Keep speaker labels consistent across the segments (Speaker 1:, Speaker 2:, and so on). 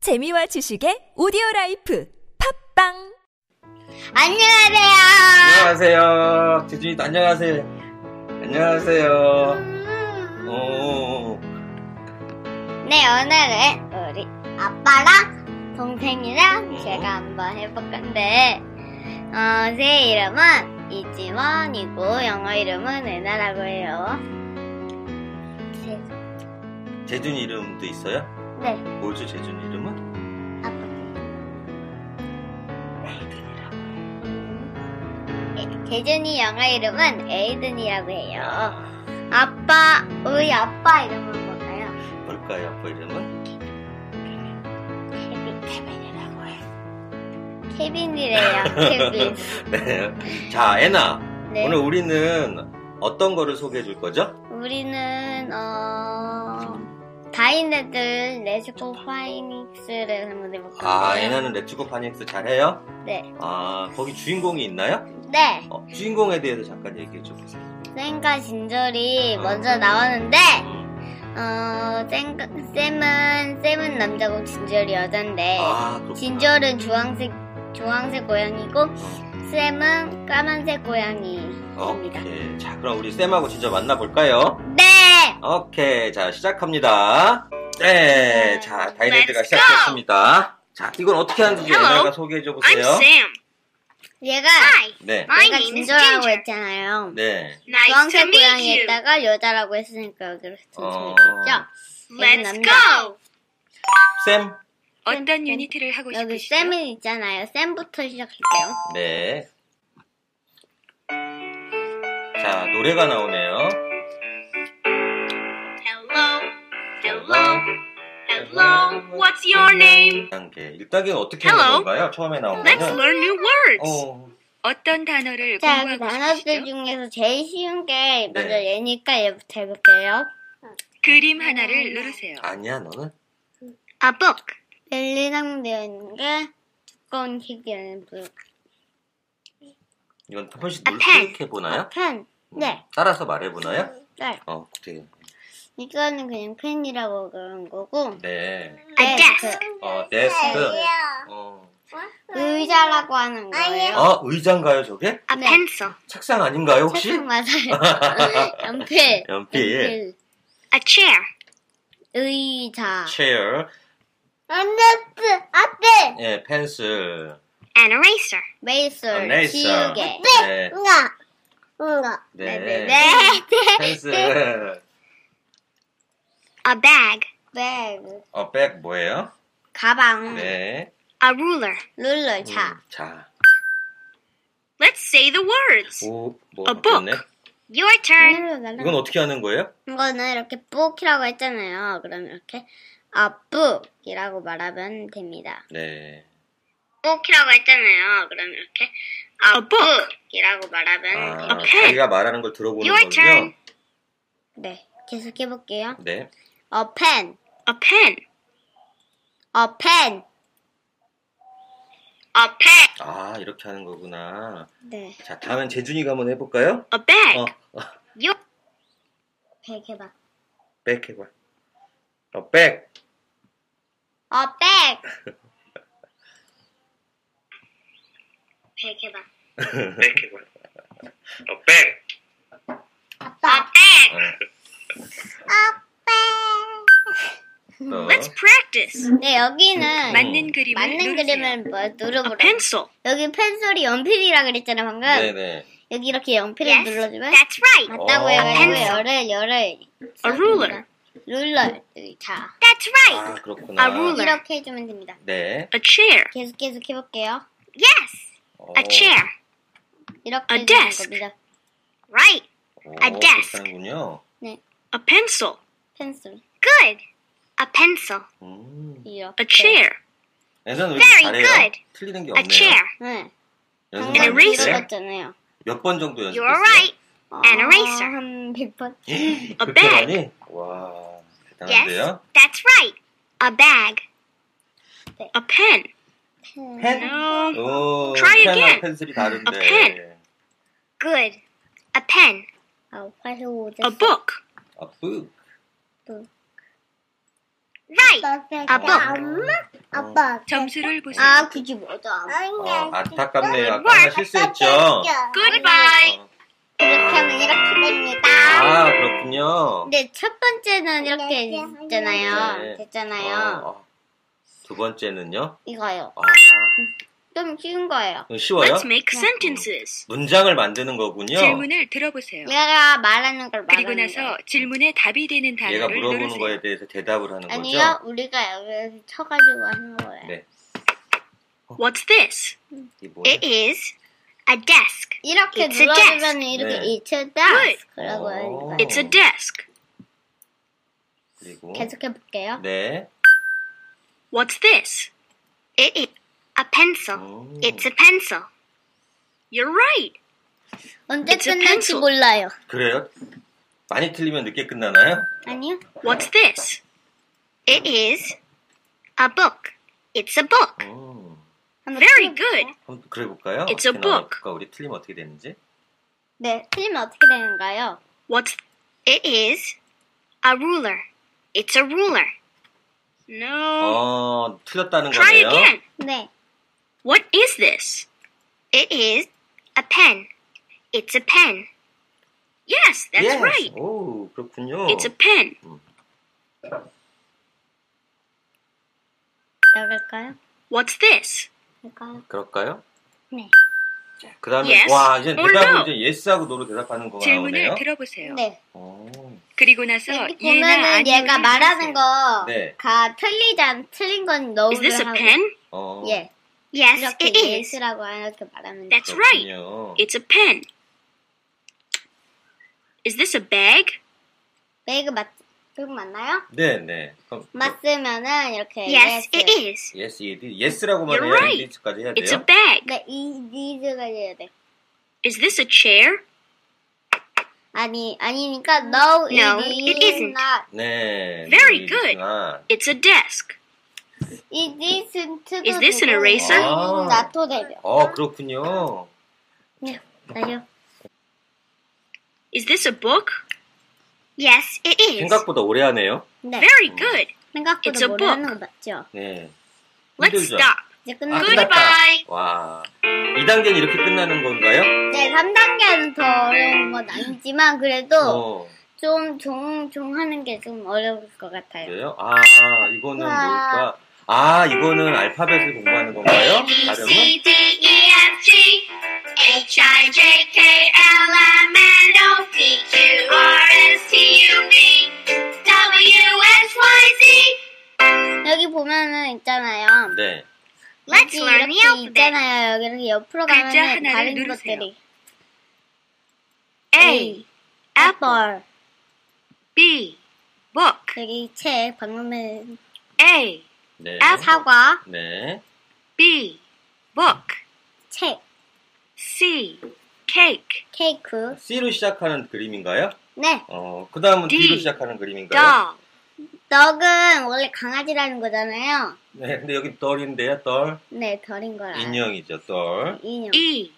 Speaker 1: 재미와 지식의 오디오 라이프 팝빵
Speaker 2: 안녕하세요.
Speaker 3: 안녕하세요. 규준이 안녕하세요. 안녕하세요. 어, 오,
Speaker 2: 네, 오늘은 우리 아빠랑 동생이랑 제가 한번 해볼 건데, 어, 제 이름은 이지원이고, 영어 이름은 은하라고 해요.
Speaker 3: 재준 이름도 있어요?
Speaker 2: 네,
Speaker 3: 뭐죠, 재준 이름은?
Speaker 2: 아빠. 개준이 네, 영어 이름은 에이든이라고 해요. 아빠, 우리 아빠 이름은 뭘까요?
Speaker 3: 뭘까요, 아빠 이름은?
Speaker 2: 케빈, 케빈이라고 해. 케빈이래요, 케빈.
Speaker 3: 네. 자, 애나.
Speaker 2: 네.
Speaker 3: 오늘 우리는 어떤 거를 소개해 줄 거죠?
Speaker 2: 우리는 어 다이네들 레스포 파이닉스를 한번 해볼까요?
Speaker 3: 아, 애나는 레츠고 파닉스 잘해요?
Speaker 2: 네.
Speaker 3: 아, 거기 주인공이 있나요?
Speaker 2: 네.
Speaker 3: 어, 주인공에 대해서 잠깐 얘기해 줘 보세요.
Speaker 2: 쌤과 진절이
Speaker 3: 어.
Speaker 2: 먼저 나오는데
Speaker 3: 음.
Speaker 2: 어 쌤, 쌤은 쌤은 남자고 진절이 여잔데
Speaker 3: 아,
Speaker 2: 네.
Speaker 3: 그렇구나.
Speaker 2: 진절은 주황색 주황색 고양이고
Speaker 3: 어,
Speaker 2: 쌤은 까만색 고양이입니다.
Speaker 3: 오케이. 어, 예. 자, 그럼 우리 쌤하고 진짜 만나볼까요?
Speaker 2: 네.
Speaker 3: 오케이, 자 시작합니다. 네, 자 다이네드가
Speaker 2: Let's
Speaker 3: 시작됐습니다. 자, 이건 어떻게 하는지
Speaker 4: Hello.
Speaker 3: 연아가 소개해 줘
Speaker 4: I'm
Speaker 3: 보세요.
Speaker 4: Sam.
Speaker 2: 얘가
Speaker 4: Hi.
Speaker 3: 네,
Speaker 4: My
Speaker 2: 얘가
Speaker 4: name is
Speaker 2: 진절이라고
Speaker 4: Ginger.
Speaker 2: 했잖아요.
Speaker 3: 네.
Speaker 4: Nice to
Speaker 2: 주황색
Speaker 4: meet you.
Speaker 2: 고양이에다가 여자라고 했으니까 여기로
Speaker 3: 어.
Speaker 2: 했죠.
Speaker 4: Let's
Speaker 2: 남자.
Speaker 4: go.
Speaker 3: 쌤,
Speaker 4: 어떤 유니트를 하고
Speaker 2: 여기
Speaker 4: 싶으시죠?
Speaker 2: 쌤은 있잖아요. 쌤부터 시작할게요.
Speaker 3: 네. 자 노래가 나오네요.
Speaker 4: Hello. Hello. Hello. What's your name?
Speaker 3: 단계 일단은 어떻게 하는
Speaker 4: Hello.
Speaker 3: 건가요? 처음에 나온
Speaker 4: Let's
Speaker 3: 거는
Speaker 4: learn new words.
Speaker 3: 어,
Speaker 4: 어떤 단어를
Speaker 2: 자, 여기
Speaker 4: 공부하고
Speaker 2: 단어들
Speaker 4: 싶으시죠?
Speaker 2: 중에서 제일 쉬운 게 먼저
Speaker 3: 네.
Speaker 2: 얘니까 얘부터 해볼게요.
Speaker 4: 그림 하나를 누르세요.
Speaker 3: 아니야 너는
Speaker 2: A book. 멜리랑 되어 있는 게 두꺼운 책이라는 부
Speaker 3: 이건 한 번씩
Speaker 2: A pen.
Speaker 3: 물색해 보나요?
Speaker 2: 펜. 네.
Speaker 3: 따라서 말해 보나요?
Speaker 2: 네.
Speaker 3: 어, 그래.
Speaker 2: 이거는 그냥 펜이라고 그런 거고.
Speaker 3: 네.
Speaker 2: A
Speaker 4: desk.
Speaker 3: 어, 데스크.
Speaker 2: 네.
Speaker 3: 어,
Speaker 2: 그 의자라고 하는 거예요.
Speaker 3: 아 의자인가요 저게?
Speaker 2: 아,
Speaker 4: pencil.
Speaker 3: 책상 아닌가요 혹시?
Speaker 2: 책상 맞아요. 연필.
Speaker 3: 연필.
Speaker 4: A chair.
Speaker 2: 의자.
Speaker 3: chair,
Speaker 2: 안데스 앞에
Speaker 3: 예, 펜슬,
Speaker 4: An eraser.
Speaker 2: 메이슬
Speaker 3: 레이서,
Speaker 2: 지우개
Speaker 3: 아, 네,
Speaker 2: 응아 응아
Speaker 3: 네.
Speaker 2: 네네네
Speaker 3: 펜슬,
Speaker 4: A bag.
Speaker 2: 백
Speaker 3: 어, 백 뭐예요?
Speaker 2: 네.
Speaker 4: 음.
Speaker 2: 가방
Speaker 3: 네.
Speaker 4: A ruler.
Speaker 2: 룰러
Speaker 3: 음,
Speaker 2: 차
Speaker 3: 자,
Speaker 4: Let's say the words.
Speaker 3: 오, 뭐
Speaker 4: A
Speaker 3: 바뀌었네.
Speaker 4: Your turn.
Speaker 3: 음. 이건 어떻게 하는 거예요?
Speaker 2: 이거는 이렇게 book이라고 했잖아요 그럼 이렇게 아 book이라고 말하면 됩니다
Speaker 3: 네.
Speaker 2: book이라고 했잖아요 그럼 이렇게 아 book이라고 말하면
Speaker 3: 아,
Speaker 4: pen.
Speaker 3: 자기가 말하는 걸 들어보는
Speaker 4: Your
Speaker 3: 거군요.
Speaker 4: turn.
Speaker 2: 네 계속 해볼게요
Speaker 3: 네.
Speaker 2: a pen
Speaker 4: A pen.
Speaker 2: a 어, pen 어,
Speaker 4: A pen.
Speaker 3: 아, 이렇게 하는 거구나.
Speaker 2: 네
Speaker 3: 자, 다음엔 재준이가 한번 해볼까요?
Speaker 4: A bag.
Speaker 3: 어,
Speaker 4: Your
Speaker 2: 백해봐
Speaker 3: 백 해봐. 어, 백.
Speaker 2: a bag 백해봐
Speaker 3: 백 해봐. 어, 백.
Speaker 2: 아빠
Speaker 3: 어.
Speaker 4: bag.
Speaker 3: 또.
Speaker 4: Let's practice.
Speaker 2: 네 여기는
Speaker 3: Oh.
Speaker 4: 맞는 그림을
Speaker 2: 맞는
Speaker 4: 누르세요.
Speaker 2: 그림을 뭐
Speaker 4: A
Speaker 2: 누르보라
Speaker 4: pencil.
Speaker 2: 여기 펜슬이 연필이라 그랬잖아 방금
Speaker 3: 네네.
Speaker 2: 여기 이렇게 연필을
Speaker 4: Yes,
Speaker 2: 눌러주면
Speaker 4: That's right.
Speaker 2: 맞다고
Speaker 3: 어.
Speaker 2: 해가지고
Speaker 3: 펜슬.
Speaker 2: 열을 열을
Speaker 4: A ruler.
Speaker 2: 룰러 여기 자
Speaker 4: That's
Speaker 3: 아,
Speaker 4: right.
Speaker 3: 그렇구나.
Speaker 4: 아, 룰.
Speaker 2: 이렇게 해주면 됩니다
Speaker 3: 네.
Speaker 4: A chair.
Speaker 2: 계속 계속 해볼게요
Speaker 4: Yes.
Speaker 3: 어.
Speaker 4: A 아, chair.
Speaker 2: 이렇게
Speaker 4: A
Speaker 2: 해주는
Speaker 4: desk.
Speaker 2: 겁니다
Speaker 4: Right.
Speaker 3: 오,
Speaker 4: A 아, desk.
Speaker 3: 그렇군요.
Speaker 4: A pencil.
Speaker 2: 펜슬
Speaker 4: Good. A pencil.
Speaker 3: 음.
Speaker 2: 이렇게
Speaker 4: A chair.
Speaker 3: 예전 왜 이렇게
Speaker 4: Very
Speaker 3: 잘해요?
Speaker 4: good.
Speaker 3: 틀리는 게
Speaker 4: A
Speaker 3: 없네요.
Speaker 4: chair.
Speaker 2: 네
Speaker 3: 연습
Speaker 2: 방금
Speaker 4: An
Speaker 3: 많이
Speaker 4: eraser.
Speaker 3: 했어요?
Speaker 2: 눌렀잖아요
Speaker 3: 몇번 정도 연습했어요?
Speaker 4: You're right. An
Speaker 2: 아,
Speaker 4: eraser.
Speaker 2: 한 100번
Speaker 4: A
Speaker 3: 그렇게
Speaker 4: bag.
Speaker 3: 많이? 와,
Speaker 4: Yes.
Speaker 3: 대단한데요?
Speaker 4: That's right. A bag. A pen.
Speaker 3: 펜?
Speaker 4: No.
Speaker 3: 오,
Speaker 4: Try
Speaker 3: 펜하고
Speaker 4: again.
Speaker 3: 펜슬이 다른데.
Speaker 4: A pen. Good. A pen.
Speaker 2: 아 85점
Speaker 4: A book.
Speaker 3: 아, 뿌.
Speaker 4: Right.
Speaker 2: 아
Speaker 4: A book.
Speaker 2: 엄마? 아
Speaker 4: bag.
Speaker 5: 점수를 보세요.
Speaker 4: Uh,
Speaker 2: 아, 그게 뭐죠?
Speaker 3: 어,
Speaker 4: 아,
Speaker 3: 안타깝네요. 아까 실수했죠?
Speaker 5: Goodbye.
Speaker 3: 어.
Speaker 2: 이렇게 하면 이렇게 됩니다.
Speaker 3: 아, 그렇군요.
Speaker 2: 근데 첫 번째는 이렇게
Speaker 3: 네.
Speaker 2: 있잖아요.
Speaker 4: 네.
Speaker 2: 됐잖아요.
Speaker 3: 어, 어. 두 번째는요?
Speaker 2: 이거요.
Speaker 3: 아,
Speaker 2: 좀 쉬운 거예요.
Speaker 3: 이거 쉬워요?
Speaker 5: Let's make sentences.
Speaker 3: 문장을 만드는 거군요.
Speaker 5: 질문을 들어보세요.
Speaker 2: 내가 말하는 걸 말하는
Speaker 5: 그리고 나서
Speaker 2: 거예요.
Speaker 5: 질문에 답이 되는
Speaker 3: 얘가
Speaker 5: 단어를
Speaker 3: 물어보는
Speaker 5: 누르세요.
Speaker 3: 거에 대해서 대답을 하는 거죠?
Speaker 2: 아니요, 우리가 여기서 쳐가지고 하는 거예요.
Speaker 3: 네.
Speaker 5: What's this?
Speaker 3: 이 뭐야?
Speaker 2: 예,
Speaker 4: It is a desk.
Speaker 2: 이렇게
Speaker 4: It's a
Speaker 2: 눌러주면 이렇게
Speaker 3: 네.
Speaker 2: it's a desk.
Speaker 3: 오.
Speaker 2: 그러고 하는
Speaker 5: It's
Speaker 2: 거예요.
Speaker 5: a desk.
Speaker 3: 그리고
Speaker 2: 계속 해볼게요.
Speaker 3: 네.
Speaker 5: What's this?
Speaker 4: It is a pencil.
Speaker 3: 음.
Speaker 2: 예,
Speaker 4: It's a pencil.
Speaker 5: You're right.
Speaker 2: 언제
Speaker 5: It's a
Speaker 2: 끝날지
Speaker 5: pencil.
Speaker 2: 몰라요.
Speaker 3: 그래요? 많이 틀리면 늦게 끝나나요?
Speaker 2: 아니요.
Speaker 5: What's this?
Speaker 4: It is a book. It's a book.
Speaker 3: 음.
Speaker 5: Very good.
Speaker 3: 한번 그래 볼까요?
Speaker 5: It's a book.
Speaker 3: 우리 틀리면 어떻게 되는지?
Speaker 2: 네, 틀리면 어떻게 되는가요?
Speaker 5: What's
Speaker 4: It is a ruler. It's a ruler.
Speaker 3: Oh,
Speaker 5: no?
Speaker 3: 어, 틀렸다는
Speaker 5: 음. Try
Speaker 3: 거네요.
Speaker 5: again.
Speaker 2: 네.
Speaker 5: What is this?
Speaker 4: It is a pen. It's a pen.
Speaker 5: Yes, that's
Speaker 3: Yes.
Speaker 5: right.
Speaker 3: 오, 그렇군요.
Speaker 5: It's a pen.
Speaker 2: 나갈까요?
Speaker 5: What's this?
Speaker 2: 할까요?
Speaker 3: 그럴까요?
Speaker 2: 네.
Speaker 3: 그 다음에
Speaker 5: Yes
Speaker 3: 와 이제
Speaker 5: or
Speaker 3: 대답을
Speaker 5: no?
Speaker 3: 이제 yes하고 no로 대답하는 거가 나오네요.
Speaker 5: 질문을 들어보세요.
Speaker 2: 네.
Speaker 3: 오,
Speaker 5: 그리고 나서
Speaker 2: 여기
Speaker 5: 예나
Speaker 2: 보면은
Speaker 5: 아니오를
Speaker 2: 얘가 말하는
Speaker 5: 하세요.
Speaker 2: 거가
Speaker 3: 네.
Speaker 2: 틀리지 않, 틀린 건 너를
Speaker 5: Is this a
Speaker 2: 하고
Speaker 5: pen?
Speaker 3: 어,
Speaker 2: 예.
Speaker 4: Yes,
Speaker 2: 이렇게
Speaker 4: it is.
Speaker 2: 예스라고 이렇게 말하면 돼요.
Speaker 5: That's right.
Speaker 3: 그렇군요.
Speaker 5: It's a pen. Is this a bag?
Speaker 2: 매그 네, 맞, 매그 맞나요?
Speaker 3: 네, 네. 그럼
Speaker 2: 맞으면은 이렇게
Speaker 4: Yes, it
Speaker 2: yes.
Speaker 4: is.
Speaker 3: yes, it is. yes라고만
Speaker 5: You're
Speaker 3: 해야
Speaker 5: right.
Speaker 3: 이리츠까지 해야
Speaker 5: It's a
Speaker 3: 돼요.
Speaker 5: bag.
Speaker 2: 네, 이 니즈가 돼야 돼.
Speaker 5: Is this a chair?
Speaker 2: 아니, 아니니까 no,
Speaker 4: No,
Speaker 2: it
Speaker 4: it
Speaker 2: is
Speaker 4: isn't.
Speaker 2: not.
Speaker 3: 네.
Speaker 5: Very
Speaker 3: 네,
Speaker 5: good.
Speaker 3: 이리츠가.
Speaker 5: It's a desk.
Speaker 2: It isn't.
Speaker 5: Is this an eraser?
Speaker 3: 아.
Speaker 2: 나토 대요 네,
Speaker 3: 어, 그렇군요.
Speaker 2: 나요.
Speaker 5: Is this a book?
Speaker 4: Yes, it is.
Speaker 3: 생각보다 오래 하네요.
Speaker 2: 네.
Speaker 5: Very good. It's
Speaker 2: 생각보다
Speaker 5: a
Speaker 2: 모르는 거 맞죠?
Speaker 3: 네.
Speaker 5: Let's
Speaker 3: 힘들죠?
Speaker 5: stop.
Speaker 2: 이제
Speaker 3: 아,
Speaker 2: 끝났어요.
Speaker 3: 끝났다.
Speaker 5: Goodbye.
Speaker 3: 와. 2단계는 이렇게 끝나는 건가요?
Speaker 2: 네, 3단계는 더 어려운 건 아니지만 그래도
Speaker 3: 어,
Speaker 2: 좀 종종 하는 게 좀 어려울 것 같아요.
Speaker 3: 그래요? 아, 이거는 뭘까? 아, 이거는 알파벳을 공부하는 건가요? 발음은?
Speaker 4: D E F G H I J K L M N O P Q R S T U V W X Y Z.
Speaker 2: 여기 보면은 있잖아요.
Speaker 3: 네.
Speaker 2: 여기
Speaker 4: Let's learn the
Speaker 2: 이렇게
Speaker 4: alphabet.
Speaker 2: 있잖아요. 여기 이렇게 옆으로
Speaker 5: 글자
Speaker 2: 가면은
Speaker 5: 하나를
Speaker 2: 다른
Speaker 5: 누르세요.
Speaker 2: 것들이
Speaker 5: A. Apple.
Speaker 2: apple
Speaker 5: B. Book.
Speaker 2: 여기 책 방금은
Speaker 5: A.
Speaker 3: 네.
Speaker 2: 사과
Speaker 3: 네.
Speaker 5: B. Book.
Speaker 2: 책
Speaker 5: C. Cake.
Speaker 2: 케이크
Speaker 3: C로 시작하는 그림인가요?
Speaker 2: 네
Speaker 3: 어, 그 다음은
Speaker 5: D.
Speaker 3: D로 시작하는 그림인가요?
Speaker 5: Doll.
Speaker 2: 덕은 원래 강아지라는 거잖아요.
Speaker 3: 네, 근데 여기 덜인데요, 덜.
Speaker 2: 네 덜인 걸 알아요.
Speaker 3: 인형이죠, 덜.
Speaker 2: 인형
Speaker 5: E.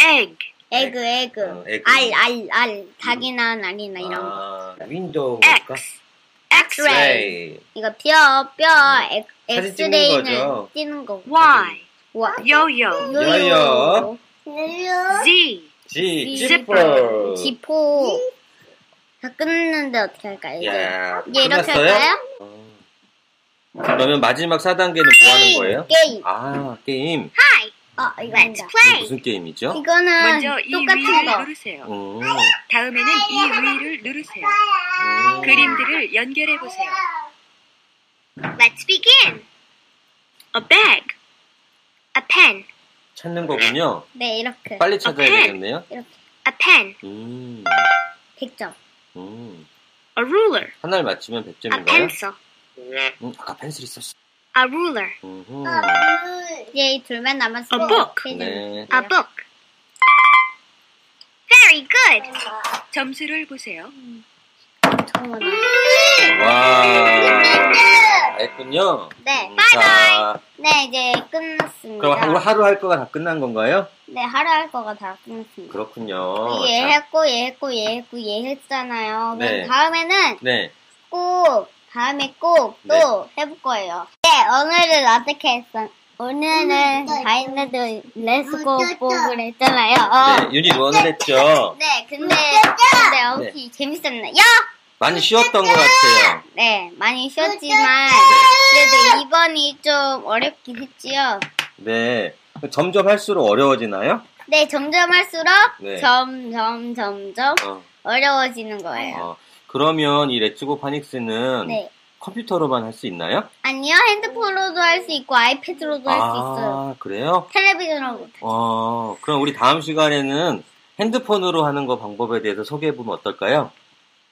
Speaker 5: Egg.
Speaker 2: 에그 에그
Speaker 3: 어, 에그. 음.
Speaker 2: 알 알 알 닭이 낳은 알이나 이런 거
Speaker 3: 아, 윈도우 볼까?
Speaker 5: X. X-ray.
Speaker 3: 네.
Speaker 2: 이거 뼈뼈
Speaker 3: 음. 사진 찍는
Speaker 2: 엑스레이는
Speaker 3: 거죠.
Speaker 2: 찍는 거고
Speaker 5: Y.
Speaker 2: 와
Speaker 5: Yo-yo.
Speaker 3: 요요.
Speaker 5: Z.
Speaker 3: G. 지퍼.
Speaker 5: 지퍼.
Speaker 2: 지포 다 끊는데 어떻게 할까요? 이제
Speaker 3: 야,
Speaker 2: 예, 이제 이렇게
Speaker 3: 예, 끝났어요?
Speaker 2: 할까요?
Speaker 3: 그러면 마지막 4단계는 뭐 하는 거예요?
Speaker 2: 게임
Speaker 3: 아, 게임.
Speaker 2: 어 이거
Speaker 4: Let's
Speaker 2: 아니다.
Speaker 4: play.
Speaker 3: 무슨 게임이죠?
Speaker 2: 이거는
Speaker 5: 네, 먼저 이
Speaker 2: 똑같은
Speaker 5: 위를
Speaker 2: 거
Speaker 5: 누르세요.
Speaker 3: 음,
Speaker 5: 다음에는 이 위를 누르세요.
Speaker 3: 음.
Speaker 5: 그림들을 연결해 보세요.
Speaker 4: Let's begin.
Speaker 5: A bag.
Speaker 4: A pen.
Speaker 3: 찾는 거군요.
Speaker 2: 네 이렇게
Speaker 3: 빨리 찾아야
Speaker 5: 오케이.
Speaker 3: 되겠네요.
Speaker 4: A pen.
Speaker 3: 음,
Speaker 2: 100점
Speaker 3: 음.
Speaker 5: A ruler.
Speaker 3: 하나를 맞추면
Speaker 2: 아,
Speaker 4: A
Speaker 3: 100점인가요?
Speaker 4: pencil.
Speaker 3: 음, 아까 펜슬 있었어.
Speaker 4: A ruler.
Speaker 3: 음흠.
Speaker 2: 아, 예, 이제 둘만 남았어요
Speaker 5: A book.
Speaker 2: 세 점.
Speaker 3: 어. 네.
Speaker 4: A book. Very good.
Speaker 5: 점수를 보세요.
Speaker 2: 어머나.
Speaker 3: 와. 알군요.
Speaker 2: 네.
Speaker 3: 아, 음, 자,
Speaker 2: 네 이제 끝났습니다
Speaker 3: 그럼 하루, 하루 할 거가 다 끝난 건가요?
Speaker 2: 네 하루 할 거가 다 끝났습니다 예,
Speaker 3: 그렇군요.
Speaker 2: 얘
Speaker 3: 어, 자,
Speaker 2: 예, 했고 얘 했고 얘 했고 얘 했잖아요 그럼
Speaker 3: 네.
Speaker 2: 다음에는
Speaker 3: 네.
Speaker 2: 꼭 다음에 꼭 또 해볼 거예요. 네, 오늘은 어떻게 했어?
Speaker 4: 음,
Speaker 2: 오늘은 다이너도
Speaker 4: 어,
Speaker 2: 레스고 복을 했잖아요. 어.
Speaker 3: 네, 윤희 원을 했죠.
Speaker 2: 네, 근데
Speaker 4: 음,
Speaker 2: 근데 혹시
Speaker 3: 네.
Speaker 2: 재밌었나요?
Speaker 3: 많이 쉬웠던 것 같아요.
Speaker 2: 네, 많이 쉬었지만 그래도 이번이 좀 어렵긴 했지요.
Speaker 3: 네. 점점 할수록 어려워지나요?
Speaker 2: 네, 점점 할수록
Speaker 3: 네.
Speaker 2: 점점 점점
Speaker 3: 어.
Speaker 2: 어려워지는 거예요.
Speaker 3: 어. 그러면 이 레츠고 파닉스는
Speaker 2: 네.
Speaker 3: 컴퓨터로만 할 수 있나요?
Speaker 2: 아니요, 핸드폰으로도 할 수 있고 아이패드로도 할 수 있어요.
Speaker 3: 아, 그래요?
Speaker 2: 텔레비전으로 못
Speaker 3: 어, 그럼 우리 다음 시간에는 핸드폰으로 하는 거 방법에 대해서 소개해보면 어떨까요?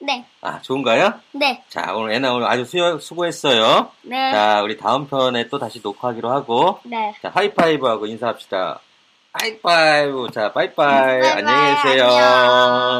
Speaker 2: 네,
Speaker 3: 아, 좋은가요?
Speaker 2: 네,
Speaker 3: 자, 오늘 애나 오늘 아주 수여, 수고했어요.
Speaker 2: 네,
Speaker 3: 자, 우리 다음 편에 또 다시 녹화하기로 하고,
Speaker 2: 네.
Speaker 3: 자, 하이파이브하고 인사합시다. 하이파이브. 자, 네, 빠이빠이.
Speaker 2: 빠이빠이.
Speaker 3: 안녕히 계세요.
Speaker 2: 안녕.